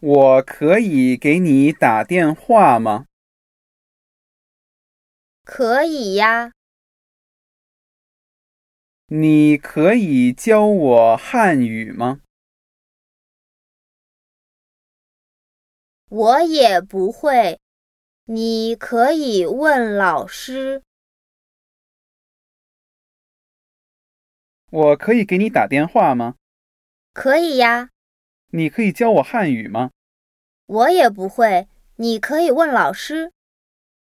我可以给你打电话吗？可以呀，你可以教我汉语吗？我也不会。你可以问老师。我可以给你打电话吗？可以呀，你可以教我汉语吗？我也不会。你可以问老师。